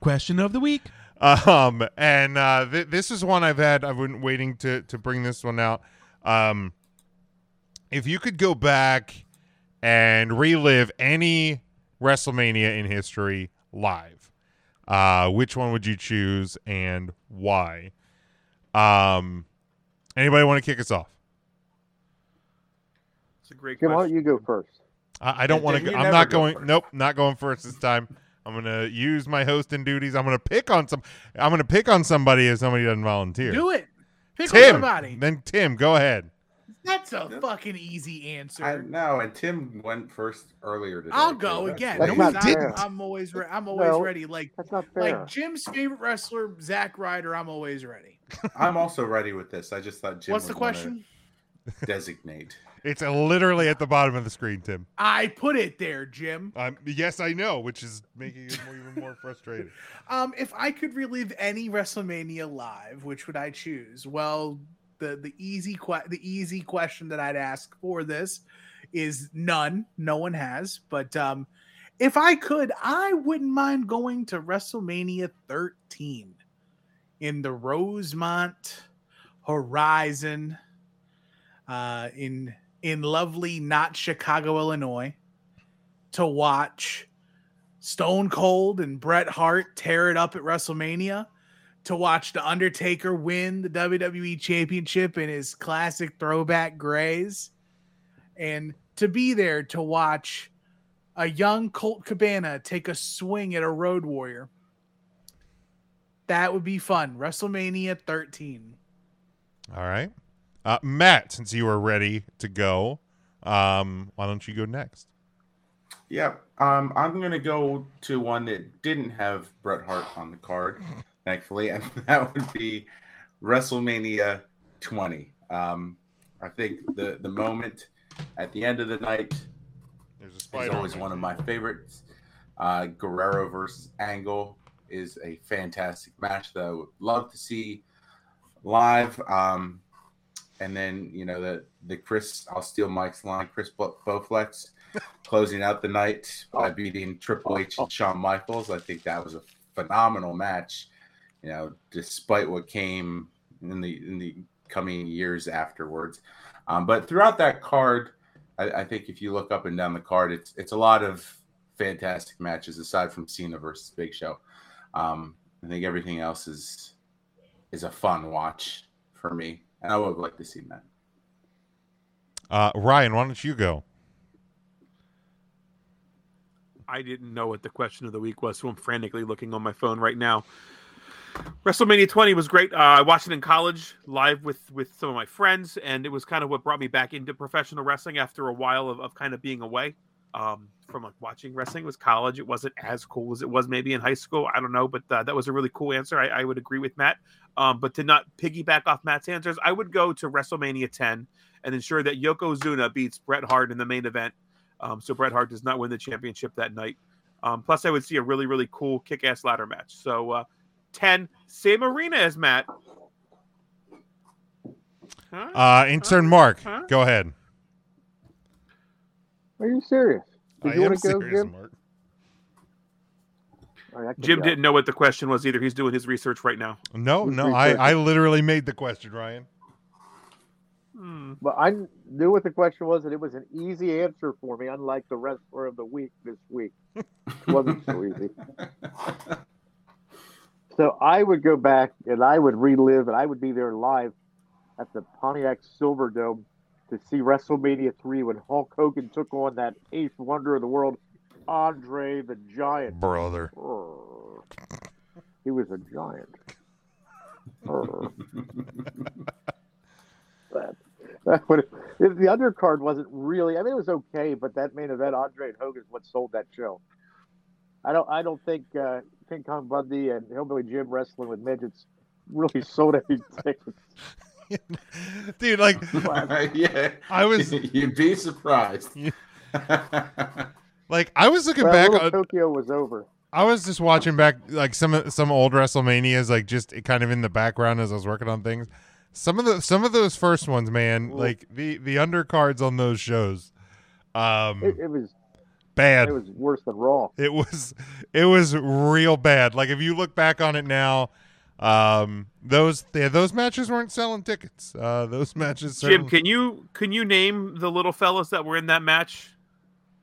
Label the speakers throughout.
Speaker 1: Question of the week.
Speaker 2: Um, and uh, th- this is one I've had. I've been waiting to to bring this one out. Um, if you could go back and relive any WrestleMania in history live, uh, which one would you choose and why? Um, anybody want to kick us off?
Speaker 3: It's a great
Speaker 4: Jim, why
Speaker 3: question.
Speaker 4: don't you go first?
Speaker 2: I, I don't
Speaker 3: Yeah,
Speaker 2: want
Speaker 3: Jim,
Speaker 2: to.
Speaker 3: you
Speaker 2: I'm
Speaker 3: never
Speaker 2: not
Speaker 3: go
Speaker 2: going.
Speaker 3: first.
Speaker 2: Nope, not going first this time. I'm gonna use my hosting duties. I'm gonna pick on some. I'm gonna pick on somebody if somebody doesn't volunteer.
Speaker 5: Do it. Pick on
Speaker 2: Tim.
Speaker 5: somebody.
Speaker 2: Then Tim, go ahead.
Speaker 5: That's a fucking easy answer.
Speaker 3: I know, and Tim went first earlier today.
Speaker 5: I'll
Speaker 3: so
Speaker 5: go
Speaker 3: that's
Speaker 5: again.
Speaker 3: great.
Speaker 4: No,
Speaker 5: because
Speaker 4: you
Speaker 5: I'm-
Speaker 4: didn't.
Speaker 5: I'm always re- I'm always
Speaker 4: No.
Speaker 5: ready. Like
Speaker 4: That's not fair.
Speaker 5: like Jim's favorite wrestler, Zack Ryder. I'm always ready.
Speaker 3: I'm also ready with this. I just thought Jim.
Speaker 5: What's the
Speaker 3: would wanna
Speaker 5: question?
Speaker 3: Designate.
Speaker 2: It's literally at the bottom of the screen, Tim.
Speaker 5: I put it there, Jim.
Speaker 2: Um, yes, I know, which is making it more- even more frustrating.
Speaker 5: Um, if I could relive any WrestleMania live, which would I choose? Well, the the easy que- the easy question that I'd ask for this is none. No one has. But um, if I could, I wouldn't mind going to WrestleMania 13 in the Rosemont Horizon, uh, in in lovely not Chicago, Illinois, to watch. Stone Cold and Bret Hart tear it up at WrestleMania to watch The Undertaker win the WWE Championship in his classic throwback grays and to be there to watch a young Colt Cabana take a swing at a Road Warrior. That would be fun. WrestleMania 13.
Speaker 2: All right, uh, Matt, since you are ready to go, um, why don't you go next?
Speaker 3: Yeah, um, I'm gonna go to one that didn't have Bret Hart on the card, thankfully, and that would be WrestleMania 20. Um, I think the the moment at the end of the night
Speaker 2: There's a
Speaker 3: is
Speaker 2: on
Speaker 3: always
Speaker 2: me.
Speaker 3: one of my favorites. Uh, Guerrero versus Angle is a fantastic match that I would love to see live. Um, and then you know the the Chris, I'll steal Mike's line, Chris Bo- Bowflex closing out the night by beating Triple H and Shawn Michaels. I think that was a phenomenal match. You know, despite what came in the in the coming years afterwards. Um, but throughout that card, I, I think if you look up and down the card, it's it's a lot of fantastic matches aside from Cena versus Big Show. Um, I think everything else is is a fun watch for me, and I would have liked to see that.
Speaker 2: Uh, Ryan, why don't you go?
Speaker 6: I didn't know what the question of the week was, so I'm frantically looking on my phone right now. WrestleMania 20 was great. Uh, I watched it in college live with with some of my friends, and it was kind of what brought me back into professional wrestling after a while of, of kind of being away um, from like watching wrestling. It was college. It wasn't as cool as it was maybe in high school. I don't know, but uh, that was a really cool answer. I, I would agree with Matt. Um, but to not piggyback off Matt's answers, I would go to WrestleMania 10 and ensure that Yokozuna beats Bret Hart in the main event um, so Bret Hart does not win the championship that night. Um, plus, I would see a really, really cool kick ass ladder match. So, uh, 10, same arena as Matt. Huh?
Speaker 2: Uh, intern Mark,
Speaker 6: Huh?
Speaker 2: go ahead.
Speaker 4: Are you serious? Did
Speaker 2: I
Speaker 4: you
Speaker 2: am
Speaker 4: want to go,
Speaker 2: serious,
Speaker 4: Jim?
Speaker 2: Mark.
Speaker 4: All right, I can
Speaker 6: Jim
Speaker 4: go.
Speaker 6: didn't know what the question was either. He's doing his research right now.
Speaker 2: No,
Speaker 4: Who's
Speaker 2: no, I,
Speaker 4: researching?
Speaker 2: I literally made the question, Ryan.
Speaker 6: Hmm.
Speaker 4: But I kn- knew what the question was, and it was an easy answer for me, unlike the wrestler of the week this week. It wasn't so easy. So I would go back and I would relive, and I would be there live at the Pontiac Silverdome to see WrestleMania 3 when Hulk Hogan took on that eighth wonder of the world, Andre the Giant.
Speaker 2: Brother.
Speaker 4: Brr. He was a giant. Brr. that, that would, if the undercard wasn't really. I mean, it was okay, but that main event, Andre and Hogan, is what sold that show. I don't. I don't think uh, King Kong Bundy and Hillbilly Jim wrestling with midgets really sold any tickets.
Speaker 2: Dude, like
Speaker 3: yeah,
Speaker 2: I was
Speaker 3: You'd be surprised.
Speaker 2: Yeah. like I was looking
Speaker 4: Well,
Speaker 2: back
Speaker 4: Little
Speaker 2: on,
Speaker 4: Tokyo was over.
Speaker 2: I was just watching back like some some old WrestleManias like just kind of in the background as I was working on things. Some of the some of those first ones, man,
Speaker 4: Ooh.
Speaker 2: like the the undercards on those shows. Um
Speaker 4: It, it was
Speaker 2: bad.
Speaker 4: It was worse than Raw.
Speaker 2: It was it was real bad. Like if you look back on it now, um, those yeah, those matches weren't selling tickets. Uh, those matches.
Speaker 6: Jim,
Speaker 2: certainly-
Speaker 6: can you can you name the little fellas that were in that match?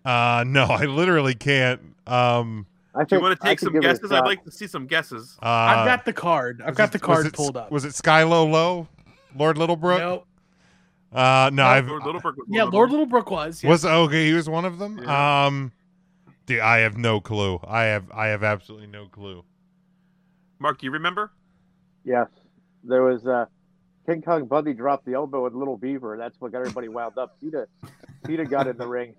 Speaker 2: Uh, no, I literally can't. Um,
Speaker 4: I
Speaker 6: Do
Speaker 4: think,
Speaker 6: you want to
Speaker 4: I
Speaker 6: take
Speaker 4: could
Speaker 6: some
Speaker 4: give it a
Speaker 6: guesses? I'd
Speaker 4: shot.
Speaker 6: like to see some guesses.
Speaker 2: uh,
Speaker 5: I've got the card. I've
Speaker 2: was
Speaker 5: got
Speaker 2: it-
Speaker 5: the
Speaker 2: was
Speaker 5: card
Speaker 2: it-
Speaker 5: pulled up.
Speaker 2: Was it Skylo Low, Lord Littlebrook?
Speaker 5: Nope.
Speaker 2: Uh, no, I've
Speaker 6: Lord Littlebrook was
Speaker 5: Yeah,
Speaker 6: one of
Speaker 5: Lord
Speaker 6: them.
Speaker 5: Littlebrook was. Yeah.
Speaker 2: was okay. He was one of them. Um, dude, I have no clue. I have I have absolutely no clue.
Speaker 6: Mark, do you remember?
Speaker 4: Yes, there was uh, King Kong Bundy dropped the elbow with Little Beaver. That's what got everybody wound up. Tita, Tita got in the ring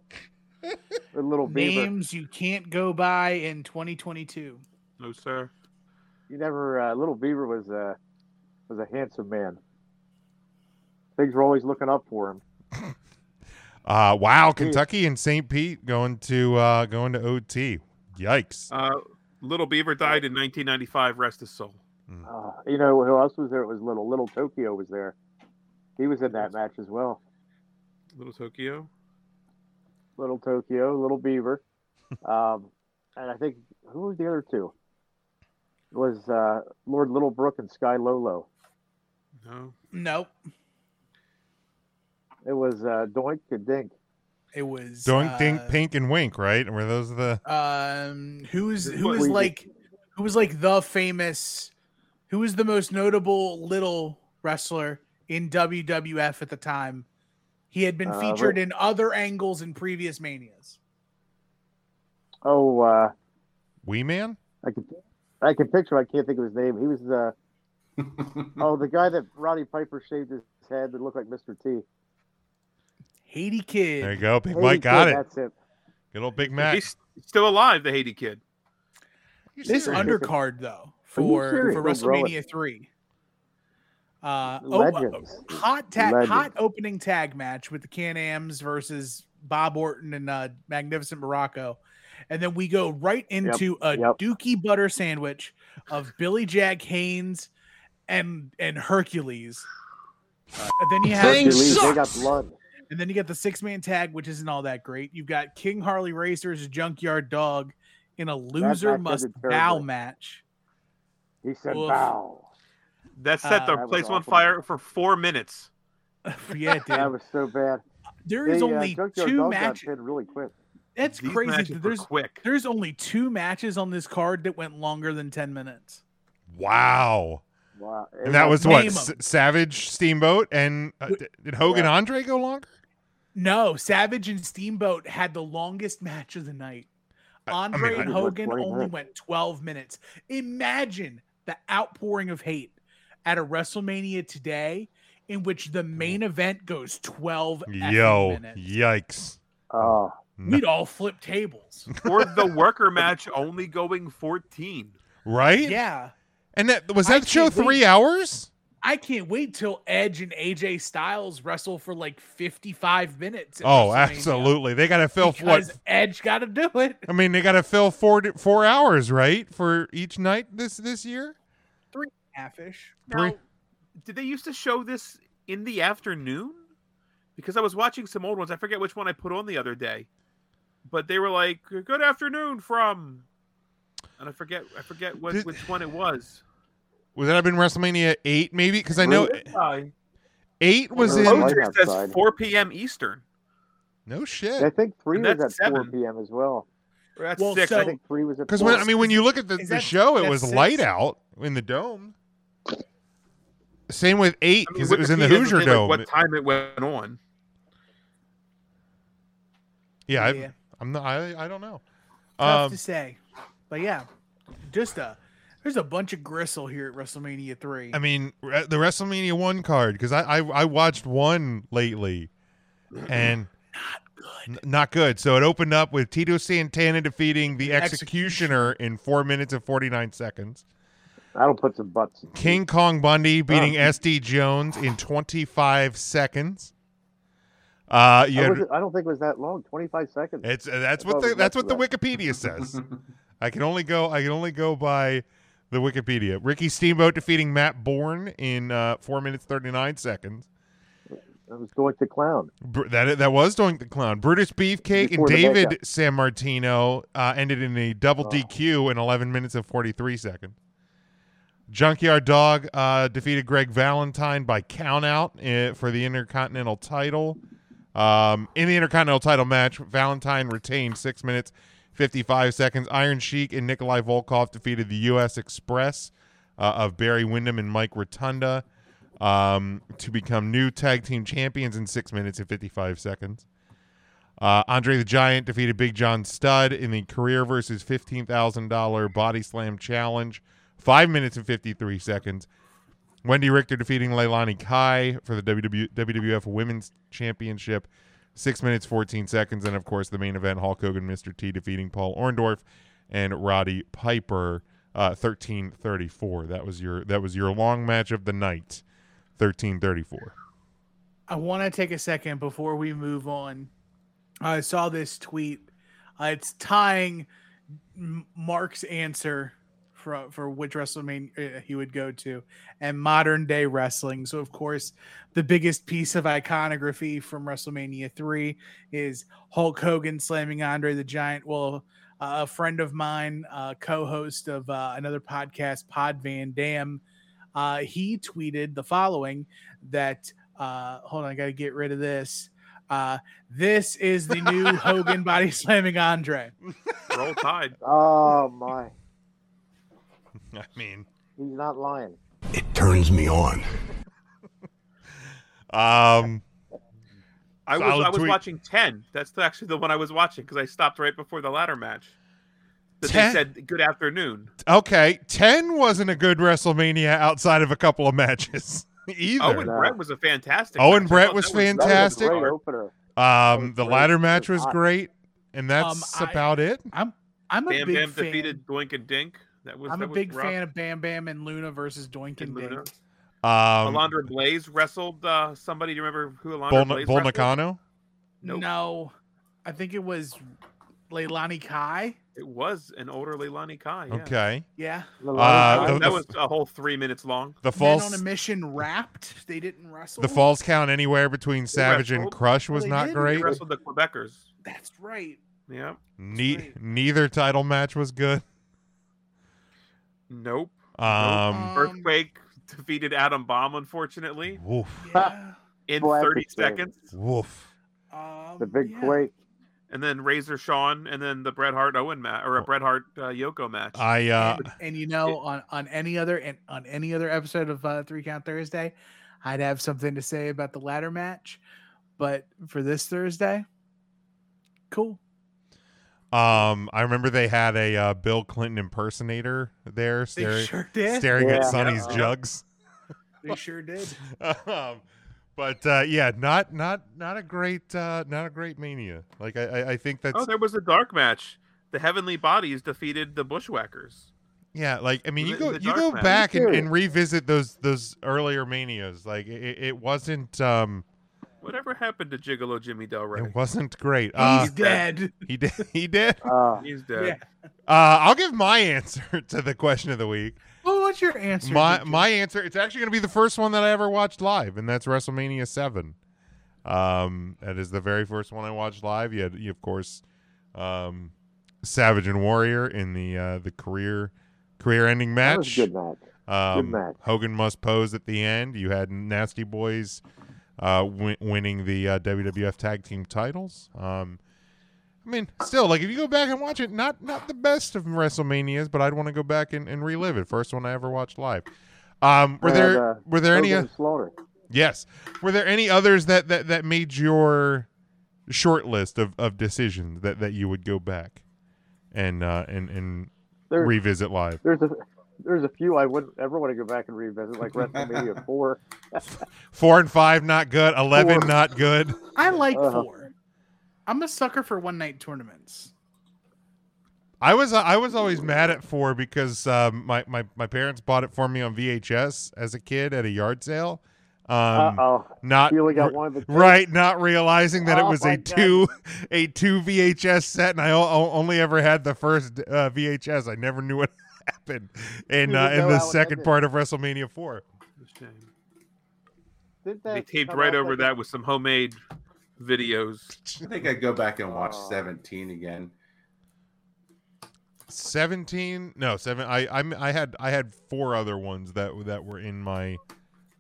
Speaker 4: with Little Beaver.
Speaker 5: Names you can't go by in 2022.
Speaker 6: No, sir.
Speaker 4: You never. Uh, Little Beaver was uh, was a handsome man. Things were always looking up for him.
Speaker 2: Uh, wow, Kentucky and St. Pete going to uh, going to OT. Yikes.
Speaker 6: Uh, Little Beaver died in 1995. Rest his soul.
Speaker 4: Uh, you know who else was there? It was Little Little Tokyo was there. He was in that match as well.
Speaker 6: Little Tokyo.
Speaker 4: Little Tokyo, Little Beaver, um, and I think who were the other two? It was uh, Lord Littlebrook and Sky Lolo.
Speaker 6: No.
Speaker 5: Nope.
Speaker 4: It was uh, Doink and Dink.
Speaker 5: It was
Speaker 2: Doink,
Speaker 5: uh,
Speaker 2: dink, pink, and wink. Right? Were those the?
Speaker 5: Um, who is who
Speaker 6: What
Speaker 5: is
Speaker 4: we-
Speaker 5: like who was like the famous who was the most notable little wrestler in WWF at the time? He had been
Speaker 4: Uh,
Speaker 5: featured
Speaker 4: Ric-
Speaker 5: in other angles in previous manias.
Speaker 4: Oh, uh,
Speaker 2: Wee Man?
Speaker 4: I can, I can picture. him. I can't think of his name. He was the
Speaker 2: Hmm.
Speaker 4: oh the guy that Roddy Piper shaved his head that looked like Mr. T.
Speaker 5: Haiti Kid.
Speaker 2: There you go. Big
Speaker 4: Hey,
Speaker 2: Mike got
Speaker 4: good,
Speaker 2: it.
Speaker 4: That's it.
Speaker 2: Good old Big Mac.
Speaker 6: He's still alive, the Haiti kid.
Speaker 2: You're
Speaker 5: This
Speaker 2: serious?
Speaker 5: undercard though for
Speaker 4: serious?
Speaker 5: for
Speaker 4: Oh, bro.
Speaker 5: WrestleMania three. Uh, oh, uh,
Speaker 4: Legends.
Speaker 5: hot tag,
Speaker 4: Legends.
Speaker 5: hot opening tag match with the Can Am's versus Bob Orton and uh, Magnificent Morocco, and then we go right into a
Speaker 4: yep.
Speaker 5: Dookie butter sandwich of Billy Jack Haynes and and Hercules. and then you have
Speaker 4: Hercules, They got blood.
Speaker 5: and then you got the six man tag, which isn't all that great. You've got King Harley Racers Junkyard Dog in a loser
Speaker 4: match
Speaker 5: must
Speaker 4: ended
Speaker 5: bow
Speaker 4: terribly.
Speaker 5: match.
Speaker 4: He said,
Speaker 5: Oof.
Speaker 4: "Wow,
Speaker 6: That
Speaker 5: Uh,
Speaker 6: set the
Speaker 4: That was
Speaker 6: place on
Speaker 4: awful.
Speaker 6: fire for four minutes.
Speaker 5: yeah,
Speaker 4: that
Speaker 5: dude.
Speaker 4: was so bad."
Speaker 5: There
Speaker 4: They,
Speaker 5: is
Speaker 4: uh,
Speaker 5: only
Speaker 4: Junkyard
Speaker 5: two
Speaker 4: Dog got
Speaker 5: matches.
Speaker 4: pinned really quick.
Speaker 5: That's
Speaker 6: These
Speaker 5: crazy.
Speaker 6: matches
Speaker 5: that
Speaker 6: were
Speaker 5: There's
Speaker 6: quick.
Speaker 5: there's only two matches on this card that went longer than ten minutes.
Speaker 2: Wow.
Speaker 4: Wow. It
Speaker 2: And that was
Speaker 5: Name
Speaker 2: what?
Speaker 5: 'em.
Speaker 2: S- Savage, Steamboat, and uh, d- did Hogan
Speaker 4: Yeah.
Speaker 2: Andre go longer?
Speaker 5: No, Savage and Steamboat had the longest match of the night.
Speaker 2: I
Speaker 5: Andre
Speaker 2: mean,
Speaker 5: and
Speaker 4: I-
Speaker 5: Hogan
Speaker 4: Twenty
Speaker 5: only
Speaker 4: minutes.
Speaker 5: went 12 minutes. Imagine the outpouring of hate at a WrestleMania today in which the main event goes 12 effing
Speaker 2: Mm. Yo,
Speaker 5: minutes.
Speaker 2: yikes.
Speaker 4: Oh,
Speaker 5: We'd all flip tables.
Speaker 6: Or the worker match only going 14.
Speaker 2: Right?
Speaker 5: yeah.
Speaker 2: And that was
Speaker 5: I
Speaker 2: that show
Speaker 5: can't wait.
Speaker 2: three hours?
Speaker 5: I can't wait till Edge and AJ Styles wrestle for like 55 minutes. at
Speaker 2: Oh,
Speaker 5: WrestleMania.
Speaker 2: absolutely. They got to fill
Speaker 5: Because
Speaker 2: what?
Speaker 5: Edge got to do it.
Speaker 2: I mean, they got to fill four four hours, right, for each night this this year.
Speaker 5: Halfish.
Speaker 2: Three-
Speaker 6: Now, did they used to show this in the afternoon? Because I was watching some old ones. I forget which one I put on the other day, but they were like, "Good afternoon from," and I forget. I forget what
Speaker 2: Did-
Speaker 6: which one it was.
Speaker 2: Would that have been WrestleMania eight, maybe? Because I know
Speaker 6: This guy,
Speaker 2: eight was
Speaker 4: Yeah.
Speaker 2: in.
Speaker 4: Light
Speaker 6: Poster says
Speaker 4: outside.
Speaker 6: 4 p.m. Eastern.
Speaker 2: No
Speaker 4: I
Speaker 2: shit.
Speaker 4: think three
Speaker 6: And
Speaker 4: was at
Speaker 6: that's
Speaker 4: four
Speaker 6: seven.
Speaker 4: p.m. as well.
Speaker 6: Or that's
Speaker 5: Well,
Speaker 6: six.
Speaker 5: so-
Speaker 4: I think three was at.
Speaker 2: Because
Speaker 4: four.
Speaker 2: when I mean, when you look at the,
Speaker 5: Is
Speaker 2: the
Speaker 5: that-
Speaker 2: show, it
Speaker 5: that's
Speaker 2: was
Speaker 5: six?
Speaker 2: light out in the dome. Same with eight
Speaker 6: I mean,
Speaker 2: because it was in the
Speaker 6: Wikipedia doesn't
Speaker 2: Hoosier
Speaker 6: say, like,
Speaker 2: Dome.
Speaker 6: what time it went on?
Speaker 2: yeah,
Speaker 5: Yeah.
Speaker 2: I, I'm not. I, I don't know.
Speaker 5: Tough
Speaker 2: Um,
Speaker 5: to say, but yeah, just a there's a bunch of gristle here at WrestleMania three.
Speaker 2: I mean, re- the WrestleMania one card because I, I I watched one lately, and n- not good. So it opened up with Tito Santana defeating the Executioner in four minutes and forty nine seconds.
Speaker 4: That'll put some butts. in.
Speaker 2: King Kong Bundy beating
Speaker 4: Oh.
Speaker 2: SD Jones in twenty five seconds. Uh, you
Speaker 4: I,
Speaker 2: had,
Speaker 4: wasn't- I don't think it was that long. Twenty-five seconds.
Speaker 2: it's uh, that's
Speaker 4: I
Speaker 2: what
Speaker 4: thought it
Speaker 2: the
Speaker 4: was
Speaker 2: that's
Speaker 4: less
Speaker 2: what the
Speaker 4: than
Speaker 2: Wikipedia says. I can only go. I can only go by the Wikipedia. Ricky Steamboat defeating Matt Bourne in uh, four minutes thirty nine seconds.
Speaker 4: That was Doink the Clown.
Speaker 2: Br- that that was Doink the Clown. Brutus Beefcake
Speaker 4: Before the
Speaker 2: and David
Speaker 4: makeup.
Speaker 2: San Martino uh, ended in a double
Speaker 4: Oh.
Speaker 2: DQ in 11 minutes and 43 seconds. Junkyard Dog uh, defeated Greg Valentine by countout uh, for the Intercontinental title. Um, in the Intercontinental title match, Valentine retained six minutes, 55 seconds. Iron Sheik and Nikolai Volkov defeated the U.S. Express uh, of Barry Windham and Mike Rotunda um, to become new tag team champions in six minutes and 55 seconds. Uh, Andre the Giant defeated Big John Studd in the career versus $15,000 body slam challenge, five minutes and 53 seconds. Wendy Richter defeating Leilani Kai for the WW- WWF Women's Championship, six minutes, 14 seconds. And of course, the main event Hulk Hogan, Mr. T defeating Paul Orndorff and Roddy Piper. Uh, thirteen thirty four. That was your that was your long match of the night. Thirteen thirty four.
Speaker 5: I want to take a second before we move on. I saw this tweet. Uh, it's tying M- Mark's answer for for which WrestleMania uh, he would go to and modern day wrestling. So of course, the biggest piece of iconography from WrestleMania 3 is Hulk Hogan slamming Andre the Giant. Well, uh, a friend of mine, uh, co-host of uh, another podcast, Pod Van Dam, uh, he tweeted the following that uh hold on i gotta get rid of this uh this is the new hogan body slamming andre
Speaker 6: Roll Tide.
Speaker 4: Oh my,
Speaker 2: I mean,
Speaker 4: he's not lying.
Speaker 1: It turns me on.
Speaker 2: um,
Speaker 6: I was
Speaker 2: Solid
Speaker 6: I was
Speaker 2: tweet.
Speaker 6: watching ten. That's the- actually the one I was watching because I stopped right before the ladder match. That
Speaker 2: 10?
Speaker 6: they said good afternoon.
Speaker 2: okay, ten wasn't a good WrestleMania outside of a couple of matches
Speaker 6: Owen
Speaker 2: either. Um,
Speaker 4: No.
Speaker 6: Brett was a fantastic.
Speaker 2: Owen
Speaker 6: match. I
Speaker 2: Brett
Speaker 6: thought
Speaker 2: was
Speaker 6: that
Speaker 2: fan-
Speaker 4: That was a
Speaker 2: Fantastic.
Speaker 4: great opener.
Speaker 2: Um, the
Speaker 4: Great.
Speaker 2: ladder match was
Speaker 4: I-
Speaker 2: great, and that's
Speaker 5: Um, I-
Speaker 2: about it.
Speaker 5: i'm a big
Speaker 6: Bam Bam
Speaker 5: fan
Speaker 6: defeated Doink and Dink. That was
Speaker 5: i'm
Speaker 6: that
Speaker 5: a
Speaker 6: was
Speaker 5: big
Speaker 6: rough.
Speaker 5: fan of bam bam and luna versus doink
Speaker 6: And
Speaker 5: and
Speaker 6: Luna.
Speaker 5: Dink.
Speaker 2: Um,
Speaker 6: Alondra Blaze wrestled uh, somebody. Do you remember who Alondra
Speaker 2: Bol
Speaker 6: Blaze
Speaker 2: Bol
Speaker 6: wrestled?
Speaker 2: Nakano?
Speaker 6: Nope.
Speaker 5: no i think it was leilani kai
Speaker 6: It was an older Leilani Kai. Yeah.
Speaker 2: Okay,
Speaker 5: yeah
Speaker 2: Uh,
Speaker 6: That was-
Speaker 2: the-
Speaker 6: that
Speaker 2: the-
Speaker 6: was a whole three minutes long.
Speaker 2: the
Speaker 5: Men
Speaker 2: false
Speaker 5: on a mission wrapped they didn't wrestle
Speaker 2: the false count anywhere between Savage and
Speaker 6: wrestled.
Speaker 2: Crush was
Speaker 5: Well, they
Speaker 2: not
Speaker 5: did. They
Speaker 6: They
Speaker 2: great.
Speaker 6: wrestled the Quebecers.
Speaker 5: that's right
Speaker 6: Yeah.
Speaker 2: Ne-
Speaker 5: great.
Speaker 2: neither title match was good.
Speaker 6: Nope.
Speaker 2: Um,
Speaker 5: Um,
Speaker 6: Earthquake defeated Adam Bomb, unfortunately,
Speaker 2: woof,
Speaker 5: yeah
Speaker 6: in
Speaker 4: Well, that's
Speaker 6: 30
Speaker 4: a shame.
Speaker 6: seconds.
Speaker 2: woof.
Speaker 5: um,
Speaker 4: The big
Speaker 5: yeah.
Speaker 4: quake.
Speaker 6: And then Razor Shawn, and then the Bret Hart Owen match, or a
Speaker 2: Oh.
Speaker 6: Bret Hart uh, Yoko match.
Speaker 2: I uh,
Speaker 5: and, and you know, on on any other and on any other episode of uh, Three Count Thursday, I'd have something to say about the ladder match, but for this Thursday, cool.
Speaker 2: Um, I remember they had a uh, Bill Clinton impersonator there
Speaker 5: They
Speaker 2: staring,
Speaker 5: sure did.
Speaker 2: staring at
Speaker 4: Yeah.
Speaker 2: Sonny's
Speaker 4: Yeah.
Speaker 2: jugs.
Speaker 5: They sure did.
Speaker 2: um, but uh, yeah, not not not a great uh, not a great mania. Like I, I, I think that's
Speaker 6: oh, there was a dark match. The Heavenly Bodies defeated the Bushwhackers.
Speaker 2: yeah. Like I mean, you
Speaker 6: The-
Speaker 2: go
Speaker 6: the
Speaker 2: you
Speaker 6: dark
Speaker 2: go
Speaker 6: match.
Speaker 2: back and,
Speaker 4: Sure.
Speaker 2: and revisit those those earlier manias. Like it, it wasn't um
Speaker 6: Whatever happened to Gigolo Jimmy Del Rey?
Speaker 2: it wasn't great. Uh,
Speaker 5: He's dead.
Speaker 2: he did he did.
Speaker 4: Uh,
Speaker 6: He's dead.
Speaker 5: Yeah.
Speaker 2: Uh, I'll give my answer to the question of the week.
Speaker 5: Well, what's your answer?
Speaker 2: my
Speaker 5: Digi?
Speaker 2: my answer it's actually going to be the first one that i ever watched live and that's wrestlemania 7 um that is the very first one i watched live you had you of course um savage and warrior in the uh the career career ending
Speaker 4: that was
Speaker 2: match
Speaker 4: a good match.
Speaker 2: um
Speaker 4: match.
Speaker 2: hogan must pose at the end you had nasty boys uh win- winning the uh, wwf tag team titles um I mean, still, like if you go back and watch it, not not the best of WrestleManias, but I'd want to go back and, and relive it. First one I ever watched live. Um, were
Speaker 4: I had,
Speaker 2: there
Speaker 4: uh,
Speaker 2: were there any
Speaker 4: Hogan Slaughter?
Speaker 2: yes were there any others that that that made your short list of of decisions that that you would go back and uh and and
Speaker 4: There's,
Speaker 2: revisit live?
Speaker 4: there's a there's a few I wouldn't ever want to go back and revisit, like WrestleMania four.
Speaker 2: Four and five, not good. Eleven,
Speaker 4: Four.
Speaker 2: not good.
Speaker 5: I like
Speaker 4: Uh-huh.
Speaker 5: four. I'm a sucker for one night tournaments.
Speaker 2: I was uh, I was always mad at four because um, my, my my parents bought it for me on VHS as a kid at a yard sale. Um,
Speaker 4: uh oh,
Speaker 2: not
Speaker 4: you only got one of the
Speaker 2: right not realizing that it
Speaker 4: Oh
Speaker 2: was
Speaker 4: my
Speaker 2: a
Speaker 4: God.
Speaker 2: two a two vhs set and i o- o- only ever had the first uh, vhs i never knew what happened in
Speaker 4: You
Speaker 2: uh,
Speaker 4: didn't
Speaker 2: in
Speaker 4: know
Speaker 2: the
Speaker 4: how it
Speaker 2: second
Speaker 4: ended.
Speaker 2: part of wrestlemania 4
Speaker 6: It's a shame.
Speaker 4: Did
Speaker 6: They
Speaker 4: that
Speaker 6: taped
Speaker 4: come
Speaker 6: right
Speaker 4: out
Speaker 6: over
Speaker 4: like-
Speaker 6: that with some homemade videos.
Speaker 3: I think I'd go back and watch
Speaker 4: Oh.
Speaker 3: 17 again.
Speaker 2: 17 no 7 I I'm, I had I had four other ones that that were in my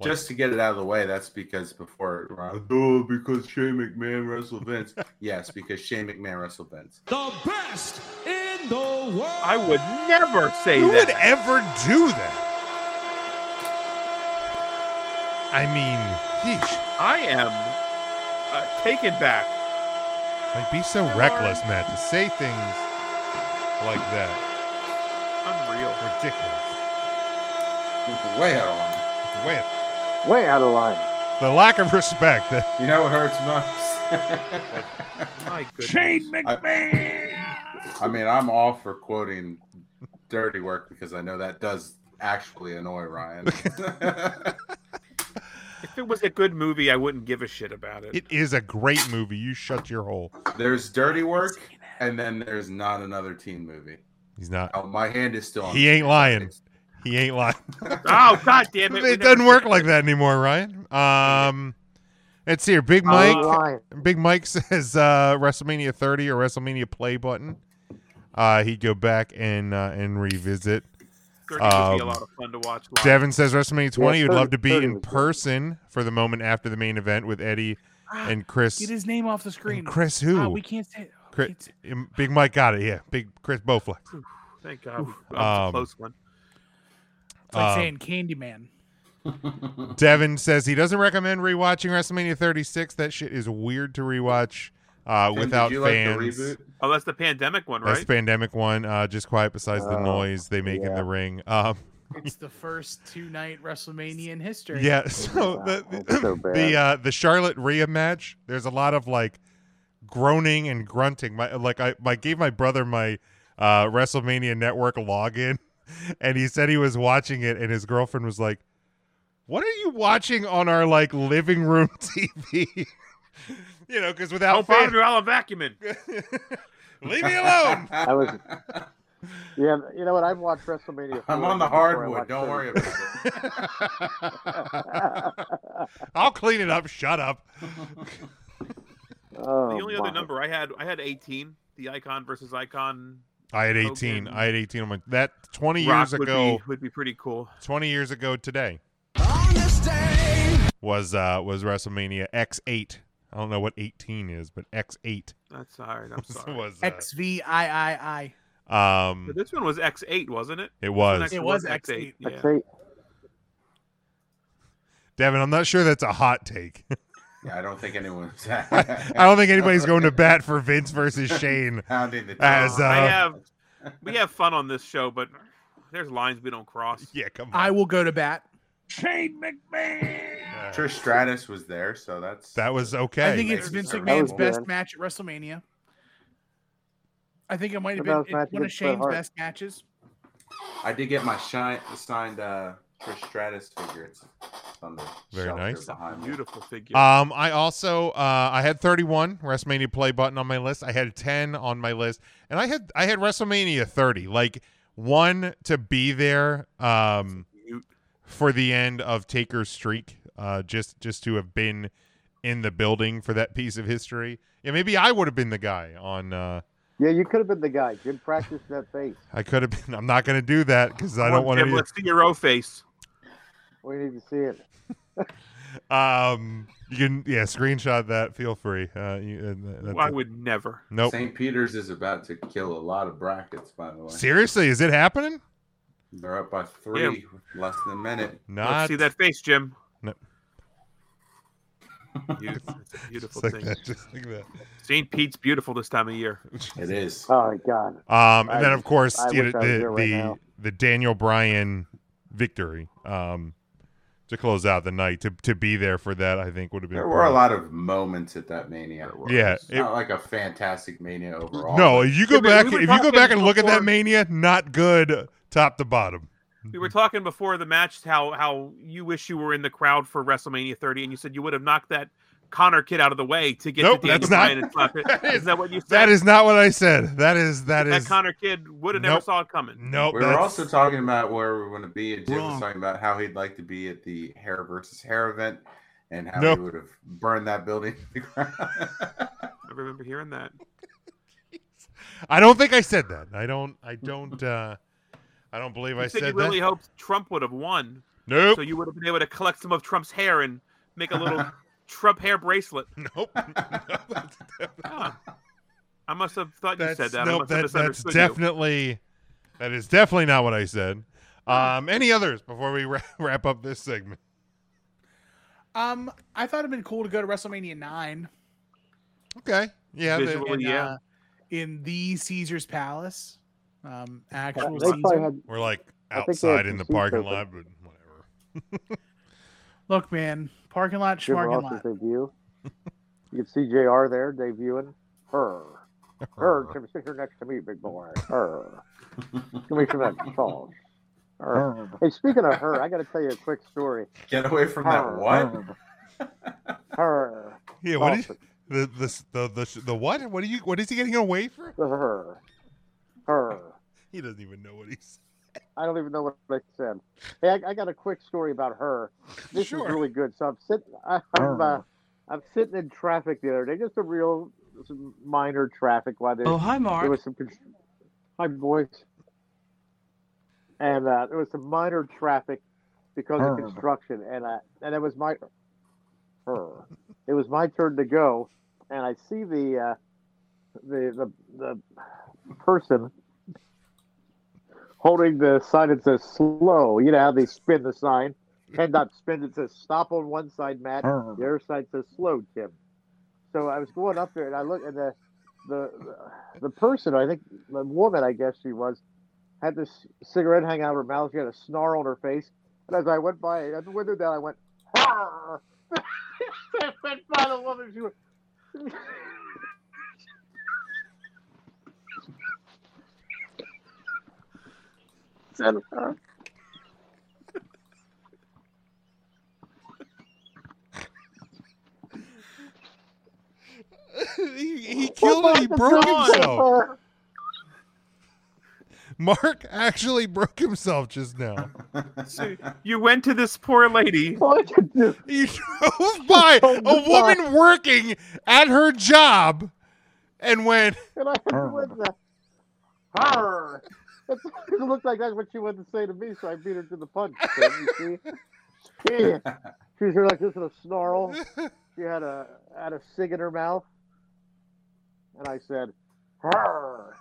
Speaker 2: like,
Speaker 3: Just to get it out of the way, that's because before Ron, oh, because Shane McMahon wrestled Vince. yes, because Shane McMahon wrestled Vince.
Speaker 1: The best in the world.
Speaker 6: I would never say
Speaker 2: Who would
Speaker 6: that.
Speaker 2: ever do that? I mean, yeesh,
Speaker 6: I am uh, taken back.
Speaker 2: like be so reckless, Matt, to say things like that.
Speaker 6: Unreal.
Speaker 2: Ridiculous.
Speaker 3: Way out of line.
Speaker 2: Wait,
Speaker 4: way out of line.
Speaker 2: the lack of respect. that-
Speaker 3: You know what hurts most?
Speaker 6: My goodness.
Speaker 3: I mean, I'm all for quoting dirty work because I know that does actually annoy Ryan.
Speaker 6: If it was a good movie, I wouldn't give a shit about it.
Speaker 2: It is a great movie. You shut your hole.
Speaker 3: there's dirty work, and then there's not another teen movie.
Speaker 2: He's not.
Speaker 3: Oh, my hand is still on.
Speaker 2: He ain't lying. He ain't lying.
Speaker 6: oh god damn it! we
Speaker 2: It
Speaker 6: never
Speaker 2: doesn't work
Speaker 6: said
Speaker 2: like that anymore, Ryan. Um, let's see here. Big Mike.
Speaker 4: Out of line.
Speaker 2: Big Mike says uh, WrestleMania 30 or WrestleMania play button. Uh, he'd go back and uh, and revisit.
Speaker 6: Gertie would be a
Speaker 2: Um,
Speaker 6: lot of fun to watch. Live.
Speaker 2: Devin says WrestleMania 20. He'd
Speaker 4: 30
Speaker 2: love to be
Speaker 4: 30
Speaker 2: in
Speaker 4: was good.
Speaker 2: person for the moment after the main event with Eddie and
Speaker 5: Get
Speaker 2: Chris.
Speaker 5: his name off the Ah, screen.
Speaker 2: And Chris
Speaker 5: Ah,
Speaker 2: who?
Speaker 5: we can't say. oh, we
Speaker 2: Chris-
Speaker 5: can't say-
Speaker 2: Um, Big Mike got it. Yeah, Big Chris Bowflex.
Speaker 6: Thank God,
Speaker 2: Um,
Speaker 6: that was a close one.
Speaker 5: It's like
Speaker 2: Um,
Speaker 5: saying Candyman.
Speaker 2: Devin says he doesn't recommend rewatching WrestleMania 36. That shit is weird to rewatch uh,
Speaker 3: Tim,
Speaker 2: without
Speaker 3: did you
Speaker 2: fans.
Speaker 3: Like the reboot?
Speaker 6: Oh, that's the pandemic one,
Speaker 2: That's
Speaker 6: right?
Speaker 2: the pandemic one. Uh, just quiet besides the
Speaker 4: Oh,
Speaker 2: noise they make in
Speaker 4: yeah.
Speaker 2: the ring. Um,
Speaker 5: It's the first two night WrestleMania in history.
Speaker 2: Yeah, so the
Speaker 4: Wow,
Speaker 2: the,
Speaker 4: that's so
Speaker 2: the
Speaker 4: bad.
Speaker 2: uh the Charlotte Rhea match, there's a lot of like groaning and grunting. My like I my gave my brother my uh WrestleMania network login and he said he was watching it and his girlfriend was like, "What are you watching on our like living room TV?" you know, cuz
Speaker 6: Oh,
Speaker 2: without
Speaker 6: Bob,
Speaker 2: fans,
Speaker 6: you're all vacuuming.
Speaker 2: Leave me alone.
Speaker 4: I was. Yeah, you know what? I've watched WrestleMania.
Speaker 3: I'm
Speaker 4: four
Speaker 3: on the
Speaker 4: before I
Speaker 3: hardwood.
Speaker 4: watched
Speaker 3: Don't
Speaker 4: thirty.
Speaker 3: worry about it.
Speaker 2: I'll clean it up. Shut up.
Speaker 4: oh,
Speaker 6: the only
Speaker 4: my.
Speaker 6: other number I had, I had 18. The Icon versus Icon.
Speaker 2: I had 18.
Speaker 6: Hogan.
Speaker 2: I had 18 on my that 20
Speaker 6: Rock
Speaker 2: years
Speaker 6: would
Speaker 2: ago.
Speaker 6: be would be pretty cool.
Speaker 2: 20 years ago today was uh was WrestleMania X8. I don't know what 18 is, but X8
Speaker 6: That's all right. I'm sorry.
Speaker 2: was uh,
Speaker 5: X V I I I.
Speaker 2: um
Speaker 6: But this one was X8, wasn't it?
Speaker 2: it
Speaker 6: The
Speaker 2: was.
Speaker 6: next
Speaker 5: It
Speaker 6: one's
Speaker 5: was X8.
Speaker 6: Yeah.
Speaker 4: I'd say
Speaker 2: Devin, I'm not sure that's a hot take.
Speaker 3: Yeah, I don't think anyone's
Speaker 2: I don't think anybody's going to bat for Vince versus Shane.
Speaker 3: pounding the
Speaker 2: As,
Speaker 3: table.
Speaker 6: I
Speaker 2: uh,
Speaker 6: have. We have fun on this show, but there's lines we don't cross.
Speaker 2: Yeah, come on.
Speaker 5: I will go to bat.
Speaker 2: Uh,
Speaker 3: Trish Stratus was there, so that's
Speaker 2: that was okay.
Speaker 5: I think it's
Speaker 3: Ladies
Speaker 5: Vince
Speaker 3: and
Speaker 5: McMahon's
Speaker 4: gentlemen.
Speaker 5: best match at WrestleMania. I think it might have
Speaker 4: That was
Speaker 5: been
Speaker 4: match
Speaker 5: one of
Speaker 4: against Bret
Speaker 5: Shane's
Speaker 4: Hart.
Speaker 5: best matches.
Speaker 3: I did get my shine, signed uh, Trish Stratus figure. It's on the
Speaker 2: Very
Speaker 3: shelf
Speaker 2: nice.
Speaker 3: there behind me.
Speaker 6: Beautiful figure.
Speaker 2: Um, I also uh, I had 31 WrestleMania play button on my list. I had 10 on my list, and I had I had WrestleMania 30, like one to be there um,
Speaker 6: Mute.
Speaker 2: for the end of Taker's streak, uh, just just to have been in the building for that piece of history. Yeah, maybe I would have been the guy on. Uh,
Speaker 4: Yeah, you could have been the guy. Jim practiced that face.
Speaker 2: I could have been. I'm not going to do that because I
Speaker 6: Come
Speaker 2: don't
Speaker 6: on,
Speaker 2: want
Speaker 6: Tim,
Speaker 2: to.
Speaker 6: Let's see your O face.
Speaker 4: We need to see it.
Speaker 2: Um, you can yeah, screenshot that. Feel free. Uh, you, and th- that's
Speaker 6: I
Speaker 2: it.
Speaker 6: would never.
Speaker 2: Nope.
Speaker 3: St. Peter's is about to kill a lot of brackets, by the way.
Speaker 2: Seriously, is it happening?
Speaker 3: They're up by three, with less than a minute.
Speaker 2: Not
Speaker 6: Let's see that face, Jim.
Speaker 2: No.
Speaker 6: Beautiful, it's a beautiful
Speaker 2: Just like
Speaker 6: thing.
Speaker 2: that, just like that.
Speaker 6: St. Pete's beautiful this time of year.
Speaker 3: It is.
Speaker 4: Oh my God.
Speaker 2: Um, and
Speaker 4: I
Speaker 2: then of
Speaker 4: just-
Speaker 2: course
Speaker 4: I
Speaker 2: you know,
Speaker 4: wish I was
Speaker 2: the
Speaker 4: there right
Speaker 2: the,
Speaker 4: now.
Speaker 2: the Daniel Bryan victory um, to close out the night to to be there for that I think would have been
Speaker 3: There were a lot of moments at that mania.
Speaker 2: Yeah,
Speaker 3: it's
Speaker 2: it-
Speaker 3: not like a fantastic mania overall.
Speaker 2: No,
Speaker 3: but
Speaker 2: if you go
Speaker 6: Yeah, but
Speaker 2: back
Speaker 6: we were
Speaker 2: if you go
Speaker 6: talking
Speaker 2: back and look at that
Speaker 6: before-
Speaker 2: mania, not good top to bottom.
Speaker 6: We
Speaker 2: Mm-hmm.
Speaker 6: were talking before the match how how you wish you were in the crowd for WrestleMania 30, and you said you would have knocked that Connor kid out of the way to get
Speaker 2: Nope,
Speaker 6: to Daniel
Speaker 2: that's not-
Speaker 6: Bryan and slap it.
Speaker 2: that is-
Speaker 6: Isn't that what you said?
Speaker 2: That is not what I said. That is that
Speaker 6: that
Speaker 2: is
Speaker 6: Connor kid would have never
Speaker 2: Nope.
Speaker 6: saw it coming.
Speaker 2: nope.
Speaker 3: we were
Speaker 2: that's-
Speaker 3: also talking about where we want to be, and Jim was
Speaker 1: Wrong.
Speaker 3: talking about how he'd like to be at the hair versus hair event, and how
Speaker 2: Nope.
Speaker 3: he would have burned that building to the ground.
Speaker 6: I remember hearing that.
Speaker 2: I don't think I said that. I don't. I don't. uh I don't believe I
Speaker 6: you said,
Speaker 2: said
Speaker 6: you really
Speaker 2: that.
Speaker 6: hoped Trump would have won,
Speaker 2: Nope.
Speaker 6: so you would have been able to collect some of Trump's hair and make a little Trump hair bracelet.
Speaker 2: nope. Nope.
Speaker 6: Ah. I must have thought you
Speaker 2: that's,
Speaker 6: said that. I
Speaker 2: Nope.
Speaker 6: must have
Speaker 2: That, that's
Speaker 6: misunderstood you.
Speaker 2: definitely. That is definitely not what I said. Um, any others before we wrap, wrap up this segment?
Speaker 5: Um, I thought it'd been cool to go to WrestleMania nine
Speaker 2: Okay. Yeah. the-
Speaker 6: Visual- Well,
Speaker 5: in,
Speaker 6: yeah.
Speaker 5: uh, in the Caesar's Palace. Um,
Speaker 4: They
Speaker 5: actual
Speaker 4: probably
Speaker 5: Caesar.
Speaker 4: had
Speaker 2: we're like
Speaker 4: I think they had
Speaker 2: outside in
Speaker 4: some
Speaker 2: the
Speaker 4: seats
Speaker 2: parking
Speaker 4: open.
Speaker 2: lot, but whatever.
Speaker 5: Look, man, parking lot,
Speaker 4: Jim
Speaker 5: schmarking
Speaker 4: Ross's
Speaker 5: lot.
Speaker 4: debut. You can see JR there debuting her. Her, come sit here next to me, big boy. Her. Come here, come on, fall. Her. Hey, speaking of her, I got to tell you a quick story.
Speaker 3: Get away from that!
Speaker 4: Her.
Speaker 3: What?
Speaker 4: Her.
Speaker 2: Yeah.
Speaker 4: Oh.
Speaker 2: What is the the the the, the what? What are you? What is he getting away from?
Speaker 4: Her. Her.
Speaker 2: He doesn't even know what he's.
Speaker 4: I don't even know what I said. Hey, I, I got a quick story about her. This
Speaker 2: Sure.
Speaker 4: is really good. So I'm sitting, I,
Speaker 7: Oh.
Speaker 4: I'm, uh, I'm sitting in traffic the other day, just a real some minor traffic. Why they?
Speaker 7: Oh, hi,
Speaker 4: There
Speaker 7: Mark.
Speaker 4: was some. con- Hi, boys. And uh, there was some minor traffic because
Speaker 7: Oh.
Speaker 4: of construction, and I and it was my, her, it was my turn to go, and I see the, uh, the the the person holding the sign that says slow. You know how they spin the sign. End up spin. It says stop on one side, Matt. The other side says slow, Tim. So I was going up there, and I look, and the the the person, I think the woman, I guess she was, had this cigarette hanging out of her mouth. She had a snarl on her face, and as I went by, I had the window down. I went, "Arr!" I went by the woman. She went. Said, "Huh?"
Speaker 2: he, he
Speaker 4: "Oh
Speaker 2: killed it. He
Speaker 4: What
Speaker 2: broke
Speaker 4: the fuck is
Speaker 2: himself.
Speaker 4: her?
Speaker 2: Mark actually broke himself just now.
Speaker 6: So you went to this poor lady.
Speaker 4: What did you-
Speaker 2: He drove by a woman working at her job and went,
Speaker 4: And I went to her. It looked like that's what she wanted to say to me, so I beat her to the punch. Tim, you see? Yeah. She was here like this with a snarl. She had a had a cig in her mouth, and I said, "Her."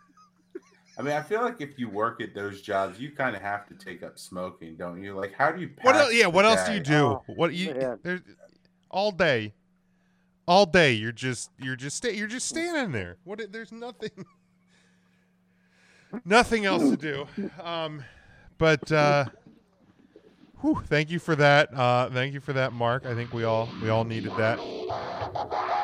Speaker 3: I mean, I feel like if you work at those jobs, you kind of have to take up smoking, don't you? Like, how do you?
Speaker 2: "What
Speaker 3: pass
Speaker 2: else? Yeah,
Speaker 3: the
Speaker 2: what else do you
Speaker 3: day?
Speaker 2: do?
Speaker 4: Oh,
Speaker 2: what you
Speaker 4: man.
Speaker 2: there's all day, all day? You're just you're just sta- you're just standing there. What? There's nothing, nothing else to do. Um, but uh, whew, thank you for that. Uh, thank you for that, Mark. I think we all we all needed that.